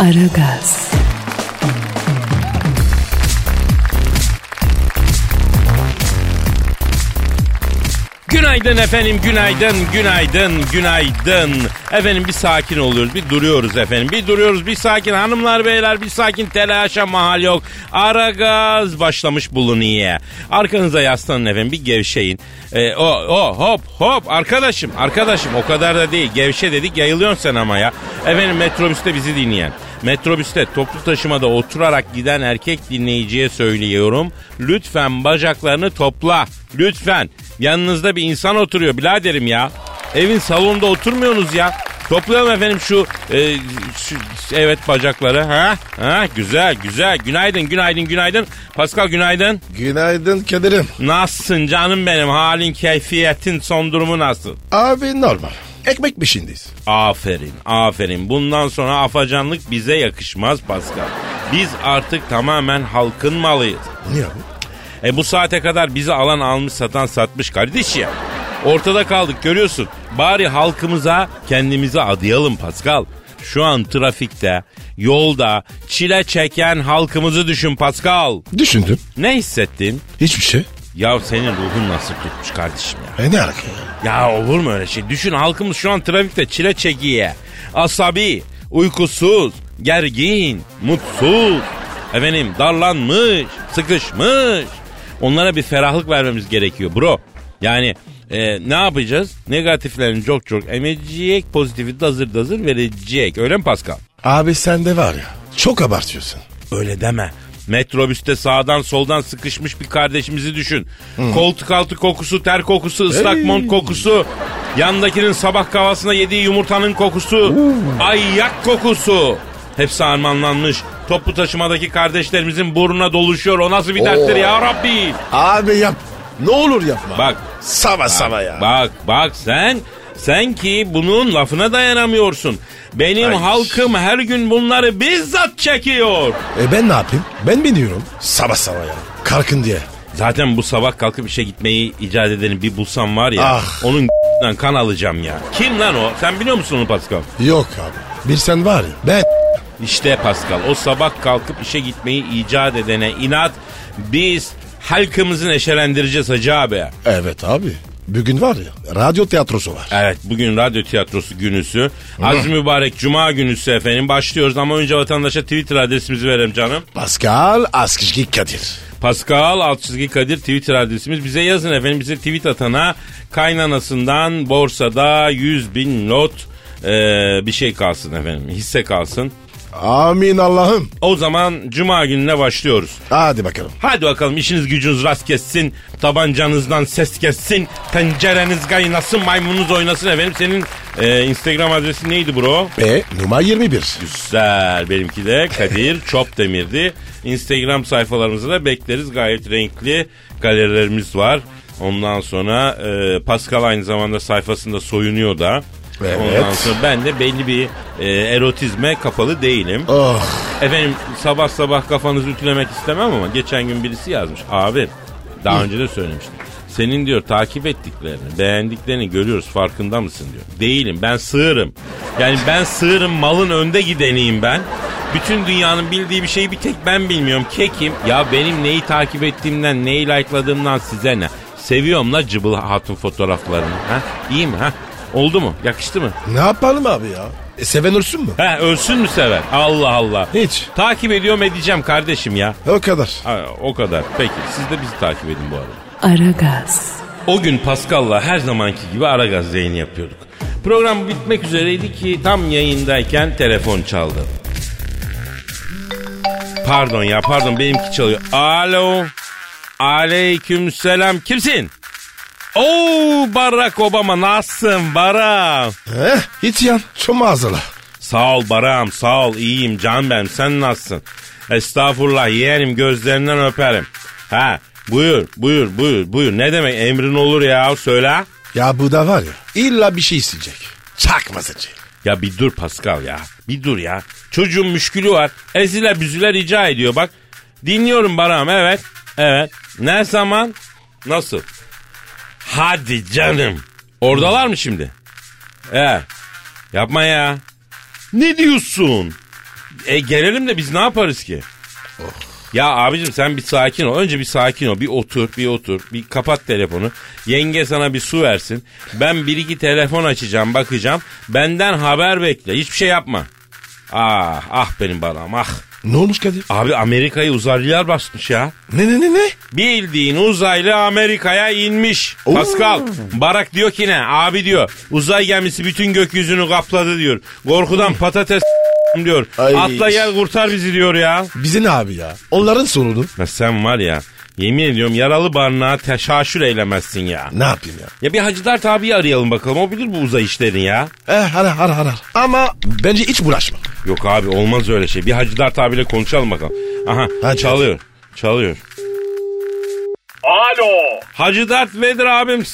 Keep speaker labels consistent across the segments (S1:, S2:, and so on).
S1: Aragaz,
S2: Günaydın efendim, günaydın, günaydın, günaydın. Efendim bir sakin oluyoruz, bir duruyoruz efendim. Bir duruyoruz, bir sakin hanımlar beyler, bir sakin telaşa mahal yok. Ara gaz başlamış bulunuyor. Arkanıza yaslanın efendim, bir gevşeyin. Ee, o, o, hop, hop, arkadaşım, arkadaşım o kadar da değil. Gevşe dedik, yayılıyorsun sen ama ya. Efendim metrobüste bizi dinleyen. Metrobüste toplu taşımada oturarak giden erkek dinleyiciye söylüyorum. Lütfen bacaklarını topla. Lütfen. Yanınızda bir insan oturuyor biraderim ya. Evin salonunda oturmuyorsunuz ya. Toplayalım efendim şu, e, şu- evet bacakları. Ha? Ha? Güzel güzel. Günaydın günaydın günaydın. Pascal günaydın.
S3: Günaydın Kadir'im.
S2: Nasılsın canım benim? Halin keyfiyetin son durumu nasıl?
S3: Abi normal. Ekmek peşindeyiz.
S2: Aferin, aferin. Bundan sonra afacanlık bize yakışmaz Pascal. Biz artık tamamen halkın malıyız.
S3: Niye abi?
S2: E bu saate kadar bizi alan almış satan satmış kardeş ya. Ortada kaldık görüyorsun. Bari halkımıza kendimizi adayalım Pascal. Şu an trafikte, yolda çile çeken halkımızı düşün Pascal.
S3: Düşündüm.
S2: Ne hissettin?
S3: Hiçbir şey.
S2: Ya senin ruhun nasıl tutmuş kardeşim ya?
S3: E ne alaka ya?
S2: Ya olur mu öyle şey? Düşün halkımız şu an trafikte çile çekiye. Asabi, uykusuz, gergin, mutsuz. Efendim darlanmış, sıkışmış. Onlara bir ferahlık vermemiz gerekiyor bro. Yani e, ne yapacağız? Negatiflerini çok çok emecek, pozitifi dazır dazır verecek. Öyle mi Pascal?
S3: Abi sen de var ya. Çok abartıyorsun.
S2: Öyle deme. Metrobüste sağdan soldan sıkışmış bir kardeşimizi düşün. Koltuk altı kokusu, ter kokusu, ıslak mont kokusu. Yandakinin sabah kahvasında yediği yumurtanın kokusu. Ayyak kokusu. Hepsi harmanlanmış. Toplu taşımadaki kardeşlerimizin burnuna doluşuyor. O nasıl bir derttir ya Rabbi?
S3: Abi yap. Ne olur yapma.
S2: Bak,
S3: Sava sava ya.
S2: bak, bak sen... Sen ki bunun lafına dayanamıyorsun. Benim
S3: Ay.
S2: halkım her gün bunları bizzat çekiyor.
S3: E ben ne yapayım? Ben mi diyorum? Sava sava ya. Kalkın diye.
S2: Zaten bu sabah kalkıp işe gitmeyi icat edeni bir bulsam var ya.
S3: Ah.
S2: Onun lan kan alacağım ya. Kim lan o? Sen biliyor musun onu Pascal?
S3: Yok abi. Bir sen var ya. Ben.
S2: İşte Pascal o sabah kalkıp işe gitmeyi icat edene inat biz halkımızı neşelendireceğiz hacı abi.
S3: Evet abi. Bugün var ya. Radyo tiyatrosu var.
S2: Evet bugün radyo tiyatrosu günüsü. Az mübarek cuma günüsü efendim başlıyoruz ama önce vatandaşa Twitter adresimizi verelim canım.
S3: Pascal Askışki Kadir.
S2: Pascal alt çizgi Kadir Twitter adresimiz. Bize yazın efendim. Bize tweet atana kaynanasından borsada 100 bin lot e, bir şey kalsın efendim. Hisse kalsın.
S3: Amin Allah'ım.
S2: O zaman cuma gününe başlıyoruz.
S3: Hadi bakalım.
S2: Hadi bakalım işiniz gücünüz rast kessin. Tabancanızdan ses kessin. Tencereniz kaynasın. Maymununuz oynasın efendim. Senin e, Instagram adresin neydi bro?
S3: E numara 21.
S2: Güzel. Benimki de Kadir Çopdemir'di. Instagram sayfalarımızı da bekleriz. Gayet renkli galerilerimiz var. Ondan sonra e, Pascal aynı zamanda sayfasında soyunuyor da.
S3: Evet.
S2: Ondan sonra ben de belli bir e, erotizme kapalı değilim.
S3: Oh.
S2: Efendim sabah sabah kafanızı ütülemek istemem ama geçen gün birisi yazmış. Abi daha önce de söylemiştim. Senin diyor takip ettiklerini, beğendiklerini görüyoruz farkında mısın diyor. Değilim ben sığırım. Yani ben sığırım malın önde gideniyim ben. Bütün dünyanın bildiği bir şeyi bir tek ben bilmiyorum. Kekim. Ya benim neyi takip ettiğimden, neyi like'ladığımdan size ne? Seviyorum la cıbıl hatun fotoğraflarını. Ha? İyi mi? Ha? Oldu mu? Yakıştı mı?
S3: Ne yapalım abi ya? E, seven ölsün mü?
S2: Ha, ölsün mü sever? Allah Allah.
S3: Hiç.
S2: Takip ediyorum edeceğim kardeşim ya.
S3: O kadar.
S2: Ha, o kadar. Peki siz de bizi takip edin bu arada.
S1: Aragaz,
S2: O gün Pascal'la her zamanki gibi ara gaz yayını yapıyorduk. Program bitmek üzereydi ki tam yayındayken telefon çaldı. Pardon ya pardon benimki çalıyor. Alo. Aleyküm selam. Kimsin? Oo Barack Obama nasılsın Barak?
S3: Heh, hiç yan. Çok mağazalı.
S2: Sağ ol Barak'ım sağ ol iyiyim can benim sen nasılsın? Estağfurullah yeğenim gözlerinden öperim. Ha buyur buyur buyur buyur ne demek emrin olur ya söyle.
S3: Ya bu da var ya illa bir şey isteyecek. Çakmasıcı.
S2: Ya bir dur Pascal ya bir dur ya çocuğun müşkülü var eziler büzüler rica ediyor bak. Dinliyorum Barak'ım evet evet ne zaman nasıl? Hadi canım oradalar mı şimdi? E yapma ya. Ne diyorsun? E gelelim de biz ne yaparız ki? Ya abicim sen bir sakin ol. Önce bir sakin ol. Bir otur, bir otur. Bir kapat telefonu. Yenge sana bir su versin. Ben bir iki telefon açacağım, bakacağım. Benden haber bekle. Hiçbir şey yapma. Ah, ah benim balam ah.
S3: Ne olmuş Kadir?
S2: Abi Amerika'yı uzaylılar basmış ya.
S3: Ne ne ne ne?
S2: Bildiğin uzaylı Amerika'ya inmiş.
S3: Oo.
S2: Pascal, Barak diyor ki ne? Abi diyor, uzay gemisi bütün gökyüzünü kapladı diyor. Korkudan patates diyor.
S3: Ay.
S2: Atla gel kurtar bizi diyor ya.
S3: Bize ne abi ya? Onların sorunu.
S2: Ya sen var ya yemin ediyorum yaralı barnağa teşaşür eylemezsin ya.
S3: Ne yapayım ya?
S2: Ya bir Hacı Dert abiyi arayalım bakalım o bilir bu uzay işlerini ya.
S3: Eh ara ara ara. Ama bence hiç bulaşma.
S2: Yok abi olmaz öyle şey. Bir Hacı Dert abiyle konuşalım bakalım. Aha
S3: Hadi.
S2: çalıyor. Çalıyor.
S4: Alo.
S2: Hacı Dert Vedir abim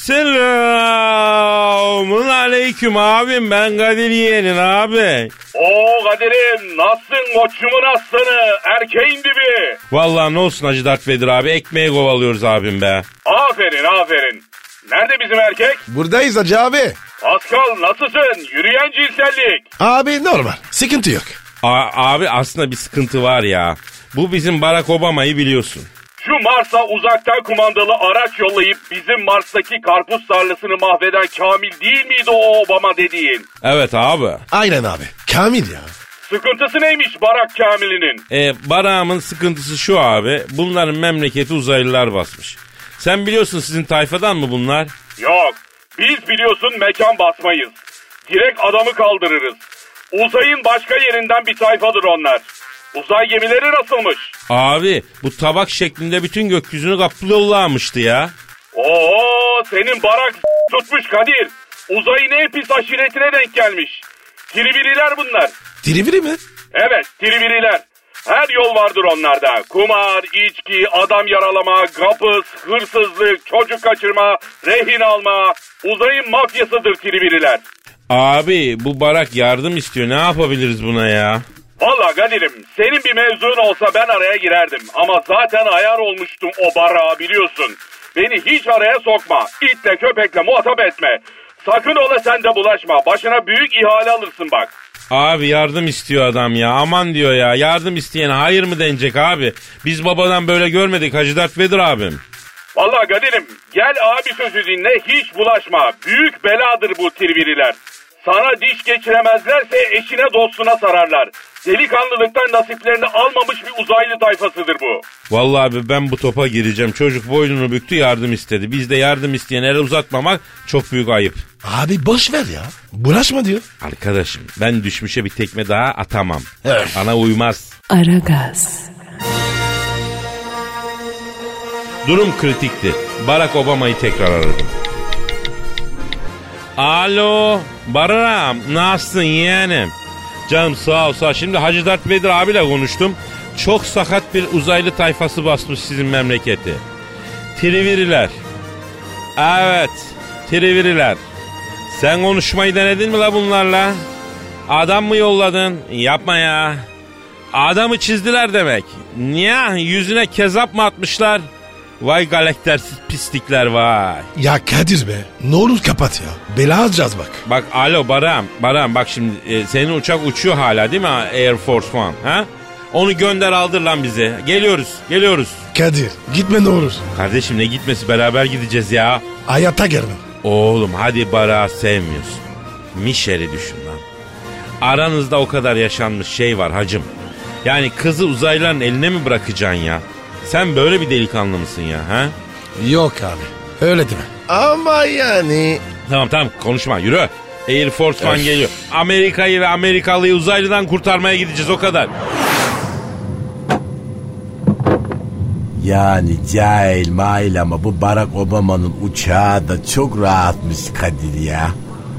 S2: selamun aleyküm abim ben Kadir Yeğenin abi.
S4: O Kadir'im nasılsın koçumun aslanı erkeğin dibi.
S2: Vallahi ne olsun Hacı Dert Vedir abi ekmeği kovalıyoruz abim be.
S4: Aferin aferin. Nerede bizim erkek?
S3: Buradayız hacı abi.
S4: Pascal nasılsın? Yürüyen cinsellik.
S3: Abi normal. Sıkıntı yok.
S2: A- abi aslında bir sıkıntı var ya. Bu bizim Barack Obama'yı biliyorsun.
S4: Şu Mars'a uzaktan kumandalı araç yollayıp bizim Mars'taki karpuz tarlasını mahveden Kamil değil miydi o Obama dediğin?
S2: Evet abi.
S3: Aynen abi. Kamil ya.
S4: Sıkıntısı neymiş Barak Kamil'inin?
S2: E, Barak'ımın sıkıntısı şu abi. Bunların memleketi uzaylılar basmış. Sen biliyorsun sizin tayfadan mı bunlar?
S4: Yok. Biz biliyorsun mekan basmayız. Direkt adamı kaldırırız. Uzayın başka yerinden bir tayfadır onlar. Uzay gemileri nasılmış?
S2: Abi bu tabak şeklinde bütün gökyüzünü kaplıyorlarmıştı ya.
S4: Oo senin barak tutmuş Kadir. Uzayın en pis aşiretine denk gelmiş. Tribiriler bunlar.
S3: Triviri mi?
S4: Evet tribiriler. Her yol vardır onlarda. Kumar, içki, adam yaralama, kapız, hırsızlık, çocuk kaçırma, rehin alma. Uzayın mafyasıdır tribiriler.
S2: Abi bu barak yardım istiyor. Ne yapabiliriz buna ya?
S4: Valla Kadir'im senin bir mevzun olsa ben araya girerdim. Ama zaten ayar olmuştum o barrağa biliyorsun. Beni hiç araya sokma. İtle köpekle muhatap etme. Sakın ola sen de bulaşma. Başına büyük ihale alırsın bak.
S2: Abi yardım istiyor adam ya. Aman diyor ya. Yardım isteyene hayır mı denecek abi? Biz babadan böyle görmedik Hacı Dert Vedir abim.
S4: Valla Kadir'im gel abi sözü dinle hiç bulaşma. Büyük beladır bu tirviriler. Sana diş geçiremezlerse eşine dostuna sararlar. Delikanlılıktan nasiplerini almamış bir uzaylı tayfasıdır bu.
S2: Vallahi abi ben bu topa gireceğim. Çocuk boynunu büktü yardım istedi. Biz de yardım isteyen el uzatmamak çok büyük ayıp.
S3: Abi boş ver ya. Bulaşma diyor.
S2: Arkadaşım ben düşmüşe bir tekme daha atamam.
S3: Evet.
S2: Bana uymaz.
S1: Aragaz,
S2: Durum kritikti. Barack Obama'yı tekrar aradım. Alo Baram nasılsın yeğenim? Canım sağ ol sağ ol. Şimdi Hacı Dert Vedir abiyle konuştum. Çok sakat bir uzaylı tayfası basmış sizin memleketi. Triviriler. Evet triviriler. Sen konuşmayı denedin mi la bunlarla? Adam mı yolladın? Yapma ya. Adamı çizdiler demek. Niye? Yüzüne kezap mı atmışlar? Vay galaktersiz pislikler vay.
S3: Ya Kadir be. Ne olur kapat ya. Bela alacağız bak.
S2: Bak alo Baram, Baram bak şimdi e, senin uçak uçuyor hala değil mi Air Force One ha? Onu gönder aldır lan bize. Geliyoruz, geliyoruz.
S3: Kadir gitme ne olur.
S2: Kardeşim ne gitmesi beraber gideceğiz ya.
S3: Hayata gelmem.
S2: Oğlum hadi Barak'ı sevmiyorsun. Mişel'i düşün lan. Aranızda o kadar yaşanmış şey var hacım. Yani kızı uzaylıların eline mi bırakacaksın ya? Sen böyle bir delikanlı mısın ya ha?
S3: Yok abi. Öyle deme. Ama yani.
S2: Tamam tamam konuşma yürü. Air Force One geliyor. Amerika'yı ve Amerikalıyı uzaylıdan kurtarmaya gideceğiz o kadar.
S5: Yani cahil mail ama bu Barack Obama'nın uçağı da çok rahatmış Kadir ya.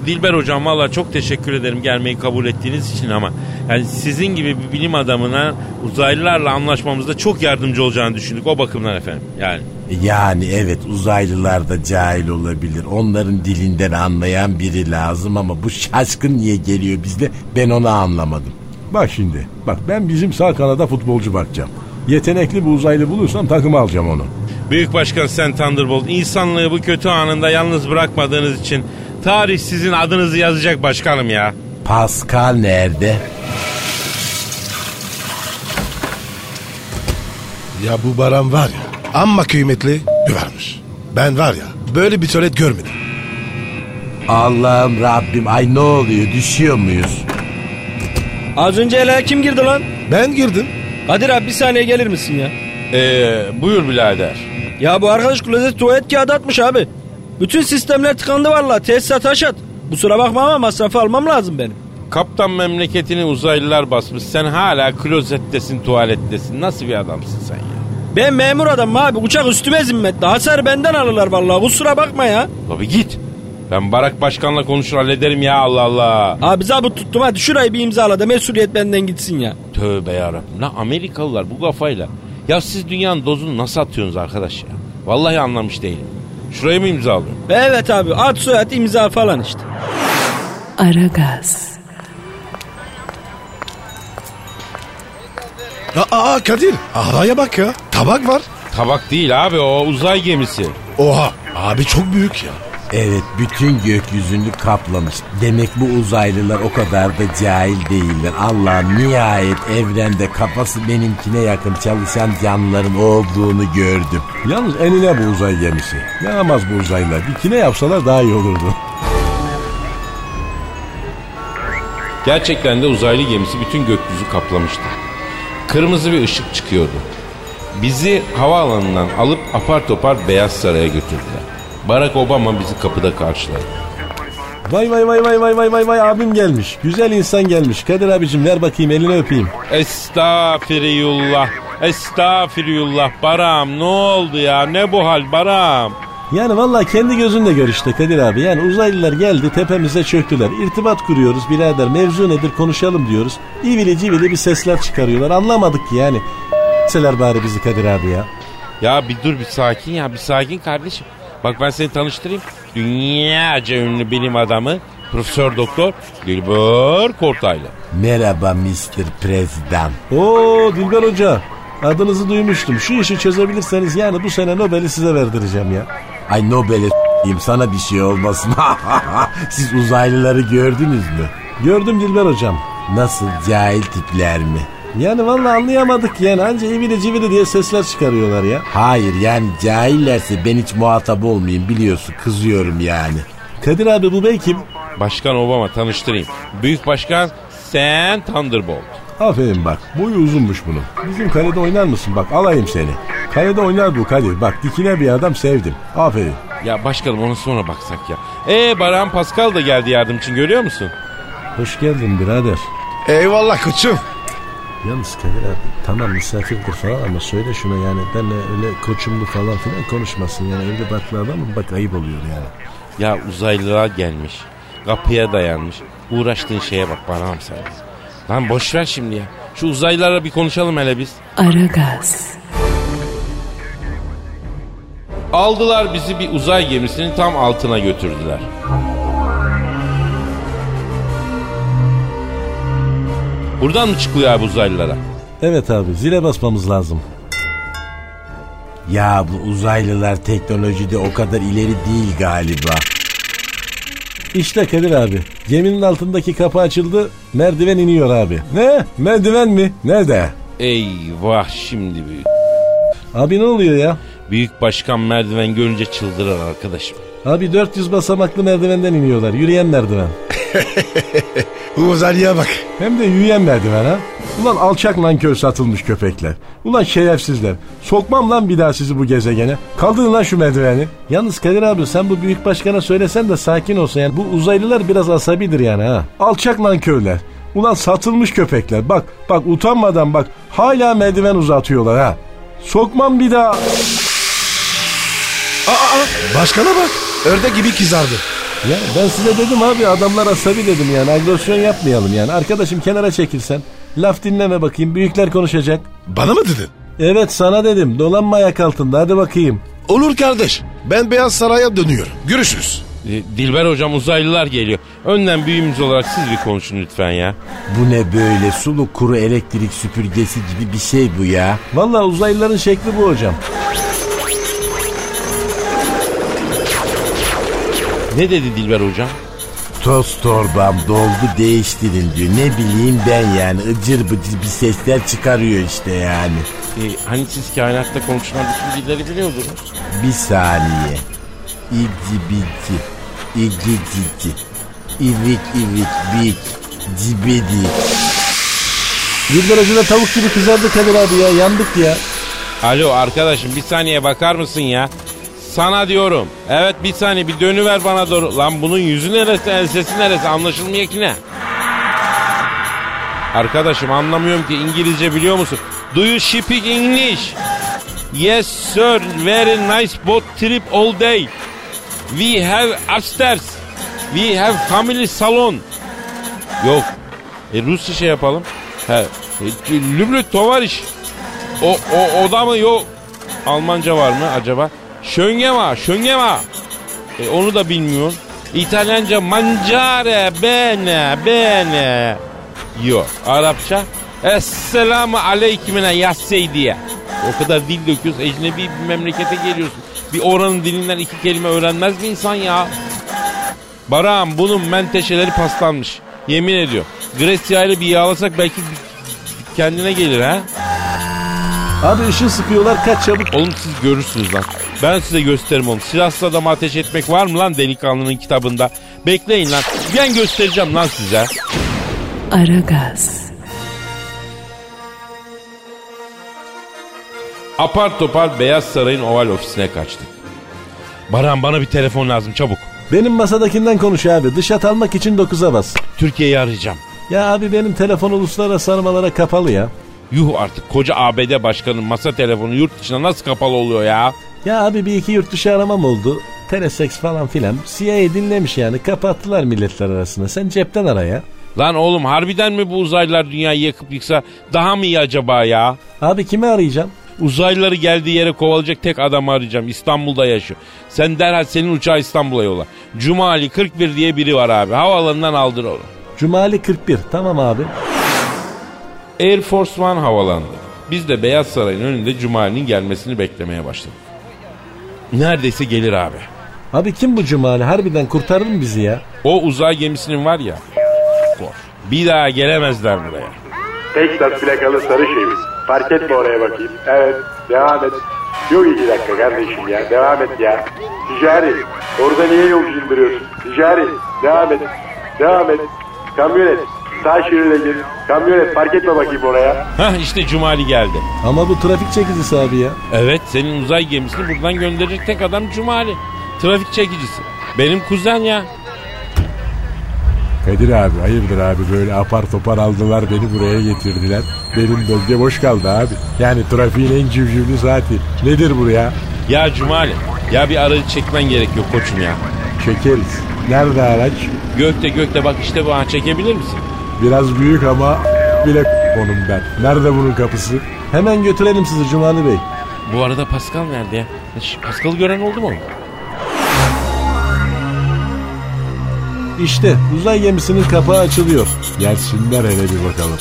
S2: Dilber hocam valla çok teşekkür ederim gelmeyi kabul ettiğiniz için ama yani sizin gibi bir bilim adamına uzaylılarla anlaşmamızda çok yardımcı olacağını düşündük o bakımdan efendim. Yani
S5: Yani evet uzaylılar da cahil olabilir. Onların dilinden anlayan biri lazım ama bu şaşkın niye geliyor bizde ben onu anlamadım.
S3: Bak şimdi. Bak ben bizim sağ kanada futbolcu bakacağım. Yetenekli bir uzaylı bulursam takıma alacağım onu.
S2: Büyük Başkan Sen Thunderbolt insanlığı bu kötü anında yalnız bırakmadığınız için tarih sizin adınızı yazacak başkanım ya.
S5: Pascal nerede?
S3: Ya bu Baran var ya amma kıymetli bir varmış. Ben var ya böyle bir tuvalet görmedim.
S5: Allah'ım Rabbim ay ne oluyor düşüyor muyuz?
S6: Az önce ele kim girdi lan?
S3: Ben girdim.
S6: Kadir abi bir saniye gelir misin ya?
S2: Eee Ee, buyur birader.
S6: Ya bu arkadaş klozet tuvalet kağıdı atmış abi. Bütün sistemler tıkandı vallahi tesisat haşat. Kusura bakma ama masrafı almam lazım benim.
S2: Kaptan memleketini uzaylılar basmış. Sen hala klozettesin, tuvalettesin. Nasıl bir adamsın sen ya?
S6: Ben memur adamım abi uçak üstüme zimmetli. Hasar benden alırlar vallahi kusura bakma ya.
S2: Tabii git. Ben Barak Başkan'la konuşur hallederim ya Allah Allah.
S6: Abi zabıt tuttum hadi şurayı bir imzala da mesuliyet benden gitsin ya.
S2: Tövbe yarabbim. Ne Amerikalılar bu kafayla. Ya siz dünyanın dozunu nasıl atıyorsunuz arkadaş ya? Vallahi anlamış değilim. Şurayı mı imzalıyorum?
S6: Evet abi at soyat imza falan işte.
S1: Aragaz,
S3: Aa, aa Kadir araya bak ya tabak var.
S2: Tabak değil abi o uzay gemisi.
S3: Oha abi çok büyük ya.
S5: Evet bütün gökyüzünü kaplamış. Demek bu uzaylılar o kadar da cahil değiller. Allah nihayet evrende kafası benimkine yakın çalışan canlıların olduğunu gördüm.
S3: Yalnız enine bu uzay gemisi. Yaramaz bu uzaylılar. Bir kine yapsalar daha iyi olurdu.
S2: Gerçekten de uzaylı gemisi bütün gökyüzü kaplamıştı. Kırmızı bir ışık çıkıyordu. Bizi havaalanından alıp apar topar Beyaz Saray'a götürdüler. Barack Obama bizi kapıda karşıladı.
S3: Vay vay vay vay vay vay vay vay abim gelmiş. Güzel insan gelmiş. Kadir abicim ver bakayım elini öpeyim.
S2: Estağfirullah, estağfirullah Baram ne oldu ya ne bu hal Baram?
S3: Yani vallahi kendi gözünle gör işte Kadir abi. Yani uzaylılar geldi tepemize çöktüler. İrtibat kuruyoruz birader mevzu nedir konuşalım diyoruz. İvili civili bir sesler çıkarıyorlar. Anlamadık ki yani. Seler bari bizi Kadir abi ya.
S2: Ya bir dur bir sakin ya bir sakin kardeşim. Bak ben seni tanıştırayım. Dünyaca ünlü bilim adamı Profesör Doktor Dilber Kortaylı.
S5: Merhaba Mr. President.
S3: Oo Dilber Hoca. Adınızı duymuştum. Şu işi çözebilirseniz yani bu sene Nobel'i size verdireceğim ya.
S5: Ay Nobel'e s**eyim, sana bir şey olmasın. Siz uzaylıları gördünüz mü?
S3: Gördüm Dilber Hocam.
S5: Nasıl cahil tipler mi?
S3: Yani vallahi anlayamadık yani anca ivili civili diye sesler çıkarıyorlar ya.
S5: Hayır yani cahillerse ben hiç muhatap olmayayım biliyorsun kızıyorum yani.
S3: Kadir abi bu bey kim?
S2: Başkan Obama tanıştırayım. Büyük Başkan Sen Thunderbolt.
S3: Aferin bak boyu uzunmuş bunun. Bizim kalede oynar mısın bak alayım seni. Kalede oynar bu Kadir bak dikine bir adam sevdim. Aferin.
S2: Ya başkanım ona sonra baksak ya. E Baran Pascal da geldi yardım için görüyor musun?
S3: Hoş geldin birader.
S7: Eyvallah koçum.
S3: Yalnız Kadir abi tamam misafirdir falan ama söyle şuna yani benle öyle koçumlu falan filan konuşmasın. Yani evde barklı adamım bak ayıp oluyor yani.
S2: Ya uzaylılar gelmiş. Kapıya dayanmış. Uğraştığın şeye bak Baran sen. Lan boş ver şimdi ya. Şu uzaylılarla bir konuşalım hele biz.
S1: Aragaz,
S2: Aldılar bizi bir uzay gemisinin tam altına götürdüler. Buradan mı çıkılıyor abi uzaylılara?
S3: Evet abi zile basmamız lazım.
S5: Ya bu uzaylılar teknolojide o kadar ileri değil galiba.
S3: İşte Kadir abi. Geminin altındaki kapı açıldı. Merdiven iniyor abi. Ne? Merdiven mi? Nerede?
S2: Eyvah şimdi büyük.
S3: Abi ne oluyor ya?
S2: Büyük başkan merdiven görünce çıldırar arkadaşım.
S3: Abi 400 basamaklı merdivenden iniyorlar. Yürüyen merdiven.
S7: Uzaylıya bak.
S3: Hem de yürüyen merdiven ha. Ulan alçak nankör satılmış köpekler. Ulan şerefsizler. Sokmam lan bir daha sizi bu gezegene. Kaldırın lan şu merdiveni. Yalnız Kadir abi sen bu büyük başkana söylesen de sakin olsun. Yani bu uzaylılar biraz asabidir yani ha. Alçak nankörler. Ulan satılmış köpekler. Bak bak utanmadan bak. Hala merdiven uzatıyorlar ha.
S5: Sokmam bir daha.
S3: Başkana bak. Ördek gibi kızardı.
S5: Ya ben size dedim abi adamlar asabi dedim yani agresyon yapmayalım yani. Arkadaşım kenara çekilsen laf dinleme bakayım büyükler konuşacak.
S3: Bana mı dedin?
S5: Evet sana dedim dolanma ayak altında hadi bakayım.
S3: Olur kardeş. Ben Beyaz Saray'a dönüyorum. Görüşürüz.
S2: E, Dilber hocam uzaylılar geliyor. Önden büyüğümüz olarak siz bir konuşun lütfen ya.
S4: Bu ne böyle sulu kuru elektrik süpürgesi gibi bir şey bu ya.
S5: Valla uzaylıların şekli bu hocam.
S2: Ne dedi Dilber hocam?
S4: Toz torbam doldu değiştirin diyor. Ne bileyim ben yani ıcır bıcır bir sesler çıkarıyor işte yani.
S2: E, hani siz kainatta konuşulan bütün dilleri biliyordunuz.
S4: Bir saniye. İgi bigi. İgi gigi. İvik ivik bik. Cibidi.
S5: Dilber Hoca da tavuk gibi kızardı Kadir abi ya yandık ya.
S2: Alo arkadaşım bir saniye bakar mısın ya? Sana diyorum. Evet bir saniye bir dönüver bana doğru. Lan bunun yüzü neresi, el sesi neresi anlaşılmıyor ki ne? Arkadaşım anlamıyorum ki İngilizce biliyor musun? Do you speak English? Yes sir, very nice boat trip all day. We have upstairs. We have family salon. Yok. E Rusça şey yapalım. He. E, Lüblü tovariş. O, o oda mı yok? Almanca var mı acaba? Şöngema, şöngema. E, onu da bilmiyorum. İtalyanca mancare bene bene. Yok. Arapça Esselamu aleykümüne yassey diye. O kadar dil döküyoruz. Ecnebi bir memlekete geliyorsun. Bir oranın dilinden iki kelime öğrenmez mi insan ya? Baran bunun menteşeleri paslanmış. Yemin ediyorum. Grecia ile bir yağlasak belki kendine gelir ha.
S5: Abi ışın sıkıyorlar kaç çabuk.
S2: Oğlum siz görürsünüz lan. Ben size gösteririm oğlum. Silahsız adamı ateş etmek var mı lan delikanlının kitabında? Bekleyin lan. Ben göstereceğim lan size.
S1: Aragaz,
S2: Apar topar Beyaz Saray'ın oval ofisine kaçtık. Baran bana bir telefon lazım çabuk.
S5: Benim masadakinden konuş abi dış hat almak için 9'a bas.
S2: Türkiye'yi arayacağım.
S5: Ya abi benim telefon uluslararası aramalara kapalı ya.
S2: Yuh artık koca ABD başkanının masa telefonu yurt dışına nasıl kapalı oluyor ya?
S5: Ya abi bir iki yurt dışı aramam oldu. Telesex falan filan. CIA dinlemiş yani. Kapattılar milletler arasında. Sen cepten ara ya.
S2: Lan oğlum harbiden mi bu uzaylılar dünyayı yakıp yıksa daha mı iyi acaba ya?
S5: Abi kimi arayacağım?
S2: Uzaylıları geldiği yere kovalayacak tek adamı arayacağım. İstanbul'da yaşıyor. Sen derhal senin uçağı İstanbul'a yola. Cumali 41 diye biri var abi. Havaalanından aldır onu.
S5: Cumali 41. Tamam abi.
S2: Air Force One havalandı. Biz de Beyaz Saray'ın önünde Cumali'nin gelmesini beklemeye başladık. Neredeyse gelir abi.
S5: Abi kim bu Cumali? Harbiden kurtarır mı bizi ya?
S2: O uzay gemisinin var ya. kor. Bir daha gelemezler buraya.
S8: Texas plakalı sarı şeyimiz. Fark etme oraya bakayım. Evet, devam et. Yok iki dakika kardeşim ya, devam et ya. Ticari, orada niye yol indiriyorsun? Ticari, devam et, devam et. Kamyonet, sağ şeride gir. Kamyonet, fark etme bakayım oraya.
S2: Hah işte Cumali geldi.
S5: Ama bu trafik çekicisi abi ya.
S2: Evet senin uzay gemisini buradan gönderecek tek adam Cumali. Trafik çekicisi. Benim kuzen ya.
S4: Kadir abi hayırdır abi böyle apar topar aldılar beni buraya getirdiler. Benim bölge boş kaldı abi. Yani trafiğin en civcivli saati. Nedir bu ya?
S2: Ya Cumali. Ya bir aracı çekmen gerekiyor koçum ya.
S4: Çekeriz. Nerede araç?
S2: Gökte gökte bak işte bu an çekebilir misin?
S4: Biraz büyük ama bile konum ben. Nerede bunun kapısı?
S5: Hemen götürelim sizi Cumali Bey.
S2: Bu arada Pascal nerede ya? Şş, Pascal'ı gören oldu mu?
S5: İşte uzay gemisinin kapağı açılıyor.
S4: Gelsinler hele bir bakalım.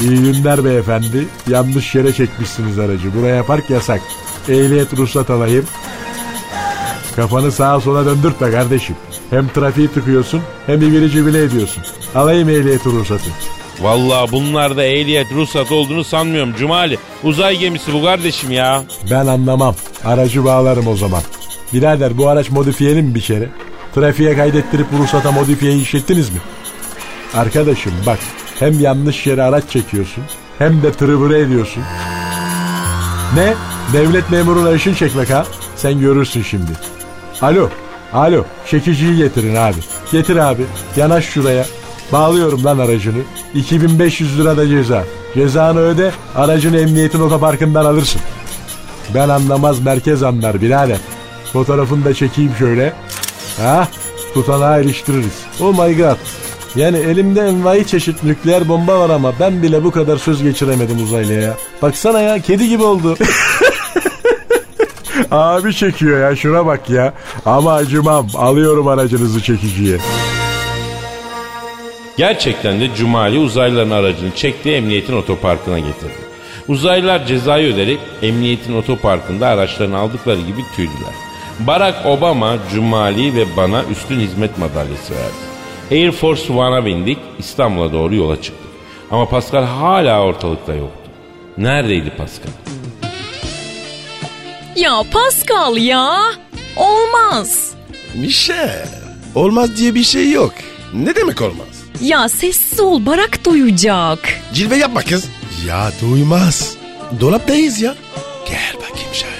S4: İyi günler beyefendi. Yanlış yere çekmişsiniz aracı. Buraya park yasak. Ehliyet ruhsat alayım. Kafanı sağa sola döndürtme kardeşim. Hem trafiği tıkıyorsun hem ibirici bile ediyorsun. Alayım ehliyet ruhsatı.
S2: Vallahi bunlarda ehliyet ruhsat olduğunu sanmıyorum Cumali. Uzay gemisi bu kardeşim ya.
S4: Ben anlamam. Aracı bağlarım o zaman. Birader bu araç modifiyeli mi bir kere? Trafiğe kaydettirip ruhsata modifiyeyi işlettiniz mi? Arkadaşım bak hem yanlış yere araç çekiyorsun hem de tırıvırı ediyorsun. Ne? Devlet memuruna ışın çekmek ha? Sen görürsün şimdi. Alo, alo çekiciyi getirin abi. Getir abi yanaş şuraya. Bağlıyorum lan aracını. 2500 lira da ceza. Cezanı öde aracını emniyetin otoparkından alırsın. Ben anlamaz merkez anlar birader. Fotoğrafını da çekeyim şöyle. Ha? Tutanağa eriştiririz. Oh my god. Yani elimde envai çeşit nükleer bomba var ama ben bile bu kadar söz geçiremedim uzaylıya ya. Baksana ya kedi gibi oldu. Abi çekiyor ya şuna bak ya. Ama acımam alıyorum aracınızı çekiciye.
S2: Gerçekten de Cumali uzaylıların aracını çekti emniyetin otoparkına getirdi. Uzaylılar cezayı öderek emniyetin otoparkında araçlarını aldıkları gibi tüydüler. Barack Obama, Cumali ve bana üstün hizmet madalyası verdi. Air Force One'a bindik, İstanbul'a doğru yola çıktık. Ama Pascal hala ortalıkta yoktu. Neredeydi Pascal?
S1: Ya Pascal ya. Olmaz.
S3: Michel. Olmaz diye bir şey yok. Ne demek olmaz?
S1: Ya sessiz ol Barak duyacak.
S3: Cilve yapma kız. Ya duymaz. Dolaptayız ya. Gel bakayım şöyle.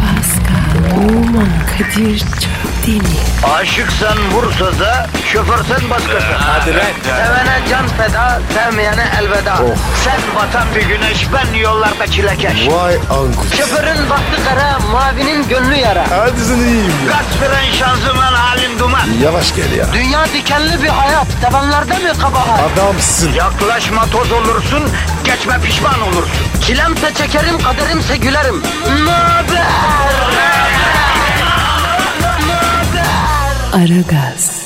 S9: Pascal, Oman, Kadir çok değil mi?
S10: Aşıksan vursa da, şoförsen
S3: Ee,
S10: başkasın. Hadi lan. Sevene can feda, sevmeyene elveda.
S3: Oh.
S10: Sen batan bir güneş, ben yollarda çilekeş.
S3: Vay anku.
S10: Şoförün baktı kara, mavinin gönlü yara.
S3: Hadi sen iyiyim ya.
S10: Kasperen şanzıman halin duman.
S3: Yavaş gel ya.
S10: Dünya dikenli bir hayat, sevenlerde mi kabahar?
S3: Adamsın.
S10: Yaklaşma toz olursun, geçme pişman olursun. Çilemse çekerim, kaderimse gülerim. Möber!
S9: Aragaz.